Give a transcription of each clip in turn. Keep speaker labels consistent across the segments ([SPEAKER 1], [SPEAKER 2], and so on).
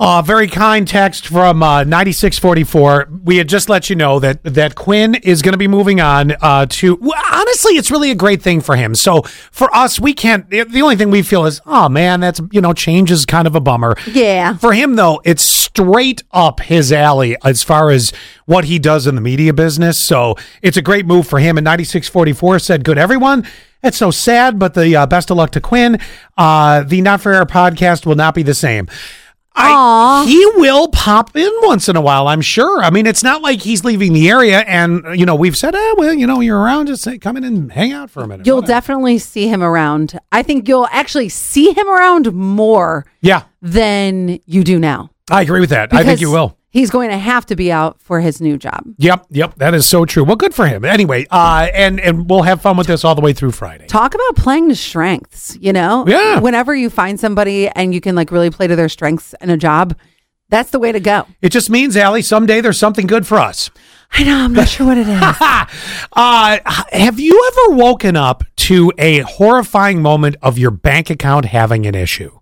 [SPEAKER 1] Uh, very kind text from uh, 9644. We had just let you know that that Quinn is going to be moving on uh, to. well, Honestly, it's really a great thing for him. So for us, we can't. The the only thing we feel is, oh man, that's you know, change is kind of a bummer.
[SPEAKER 2] Yeah.
[SPEAKER 1] For him though, it's straight up his alley as far as what he does in the media business. So it's a great move for him. And 9644 said, good everyone. It's so sad, but the uh, best of luck to Quinn. Uh, the Not For Air podcast will not be the same. I,
[SPEAKER 2] Aw.
[SPEAKER 1] he will pop in once in a while, I'm sure. I mean, it's not like he's leaving the area, and you know, we've said, eh, well, you know, you're around, just say, come in and hang out for a minute.
[SPEAKER 2] You'll
[SPEAKER 1] Whatever.
[SPEAKER 2] definitely see him around. I think you'll actually see him around more
[SPEAKER 1] yeah,
[SPEAKER 2] than you do now.
[SPEAKER 1] I agree with that. I think
[SPEAKER 2] Because
[SPEAKER 1] you will.
[SPEAKER 2] He's going to have to be out for his new job.
[SPEAKER 1] Yep, yep, that is so true. Well, good for him. Anyway, uh, and and we'll have fun with this all the way through Friday.
[SPEAKER 2] Talk about playing to strengths, you know?
[SPEAKER 1] Yeah.
[SPEAKER 2] Whenever you find somebody and you can like really play to their strengths in a job, that's the way to go.
[SPEAKER 1] It just means, Allie, someday there's something good for us.
[SPEAKER 2] I know, I'm not sure what it is.
[SPEAKER 1] Ha! Uh, have you ever woken up to a horrifying moment of your bank account having an issue?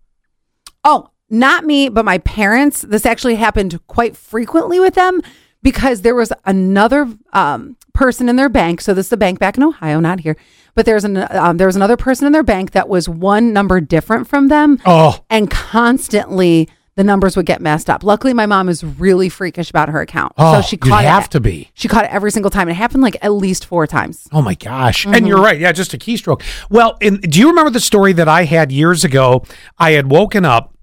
[SPEAKER 2] Oh, not me, but my parents. This actually happened quite frequently with them because there was another um, person in their bank. So this is the bank back in Ohio, not here. But there's an um, there was another person in their bank that was one number different from them,
[SPEAKER 1] Oh,
[SPEAKER 2] and constantly the numbers would get messed up. Luckily, my mom is really freakish about her account,
[SPEAKER 1] oh
[SPEAKER 2] so she
[SPEAKER 1] you
[SPEAKER 2] caught
[SPEAKER 1] have
[SPEAKER 2] it.
[SPEAKER 1] to be.
[SPEAKER 2] She caught it every single time. It happened like at least four times.
[SPEAKER 1] Oh my gosh. And you're right. Yeah, just a keystroke. Well, in, do you remember the story that I had years ago? I had woken up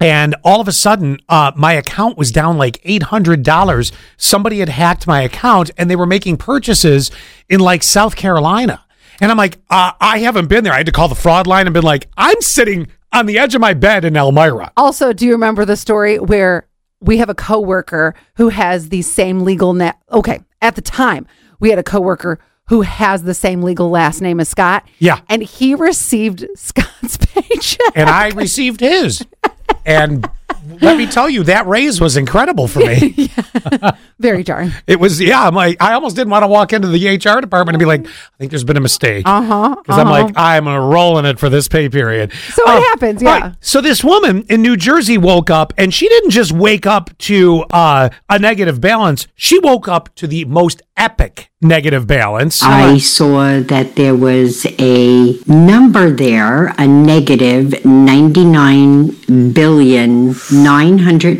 [SPEAKER 1] and all of a sudden uh, my account was down like $800. Somebody had hacked my account and they were making purchases in like South Carolina. And I'm like, uh, I haven't been there. I had to call the fraud line and been like, I'm sitting on the edge of my bed in Elmira.
[SPEAKER 2] Also, do you remember the story where we have a coworker who has the same legal net? Okay, at the time, we had a coworker who has the same legal last name as Scott.
[SPEAKER 1] Yeah.
[SPEAKER 2] and he received Scott's paycheck.
[SPEAKER 1] And I received his. And let me tell you, that raise was incredible for me.
[SPEAKER 2] Very jarring.
[SPEAKER 1] It was yeah. I'm like I almost didn't want to walk into the HR department and be like, I think there's been a mistake. Uh huh. Because I'm like I'm rolling it for this pay period.
[SPEAKER 2] Uh-huh,
[SPEAKER 1] Um,
[SPEAKER 2] So it happens, yeah.
[SPEAKER 1] right. So this woman in New Jersey woke up and she didn't just wake up to uh, a negative balance. She woke up to the most epic negative balance.
[SPEAKER 3] I saw that there was a number there, a negative 99 billion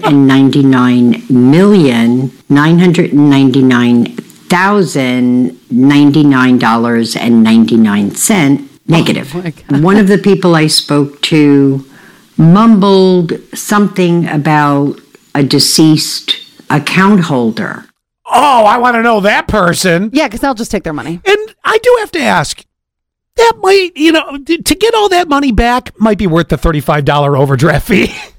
[SPEAKER 3] 999 million 999 thousand ninety nine dollars and ninety nine cent negative. One of the people I spoke to mumbled something about a deceased account holder.
[SPEAKER 1] oh, I want to know that person.
[SPEAKER 2] Yeah, because they'll just take their money.
[SPEAKER 1] And I do have to ask. That might, you know, t- to get all that money back might be worth the thirty-five dollar overdraft fee.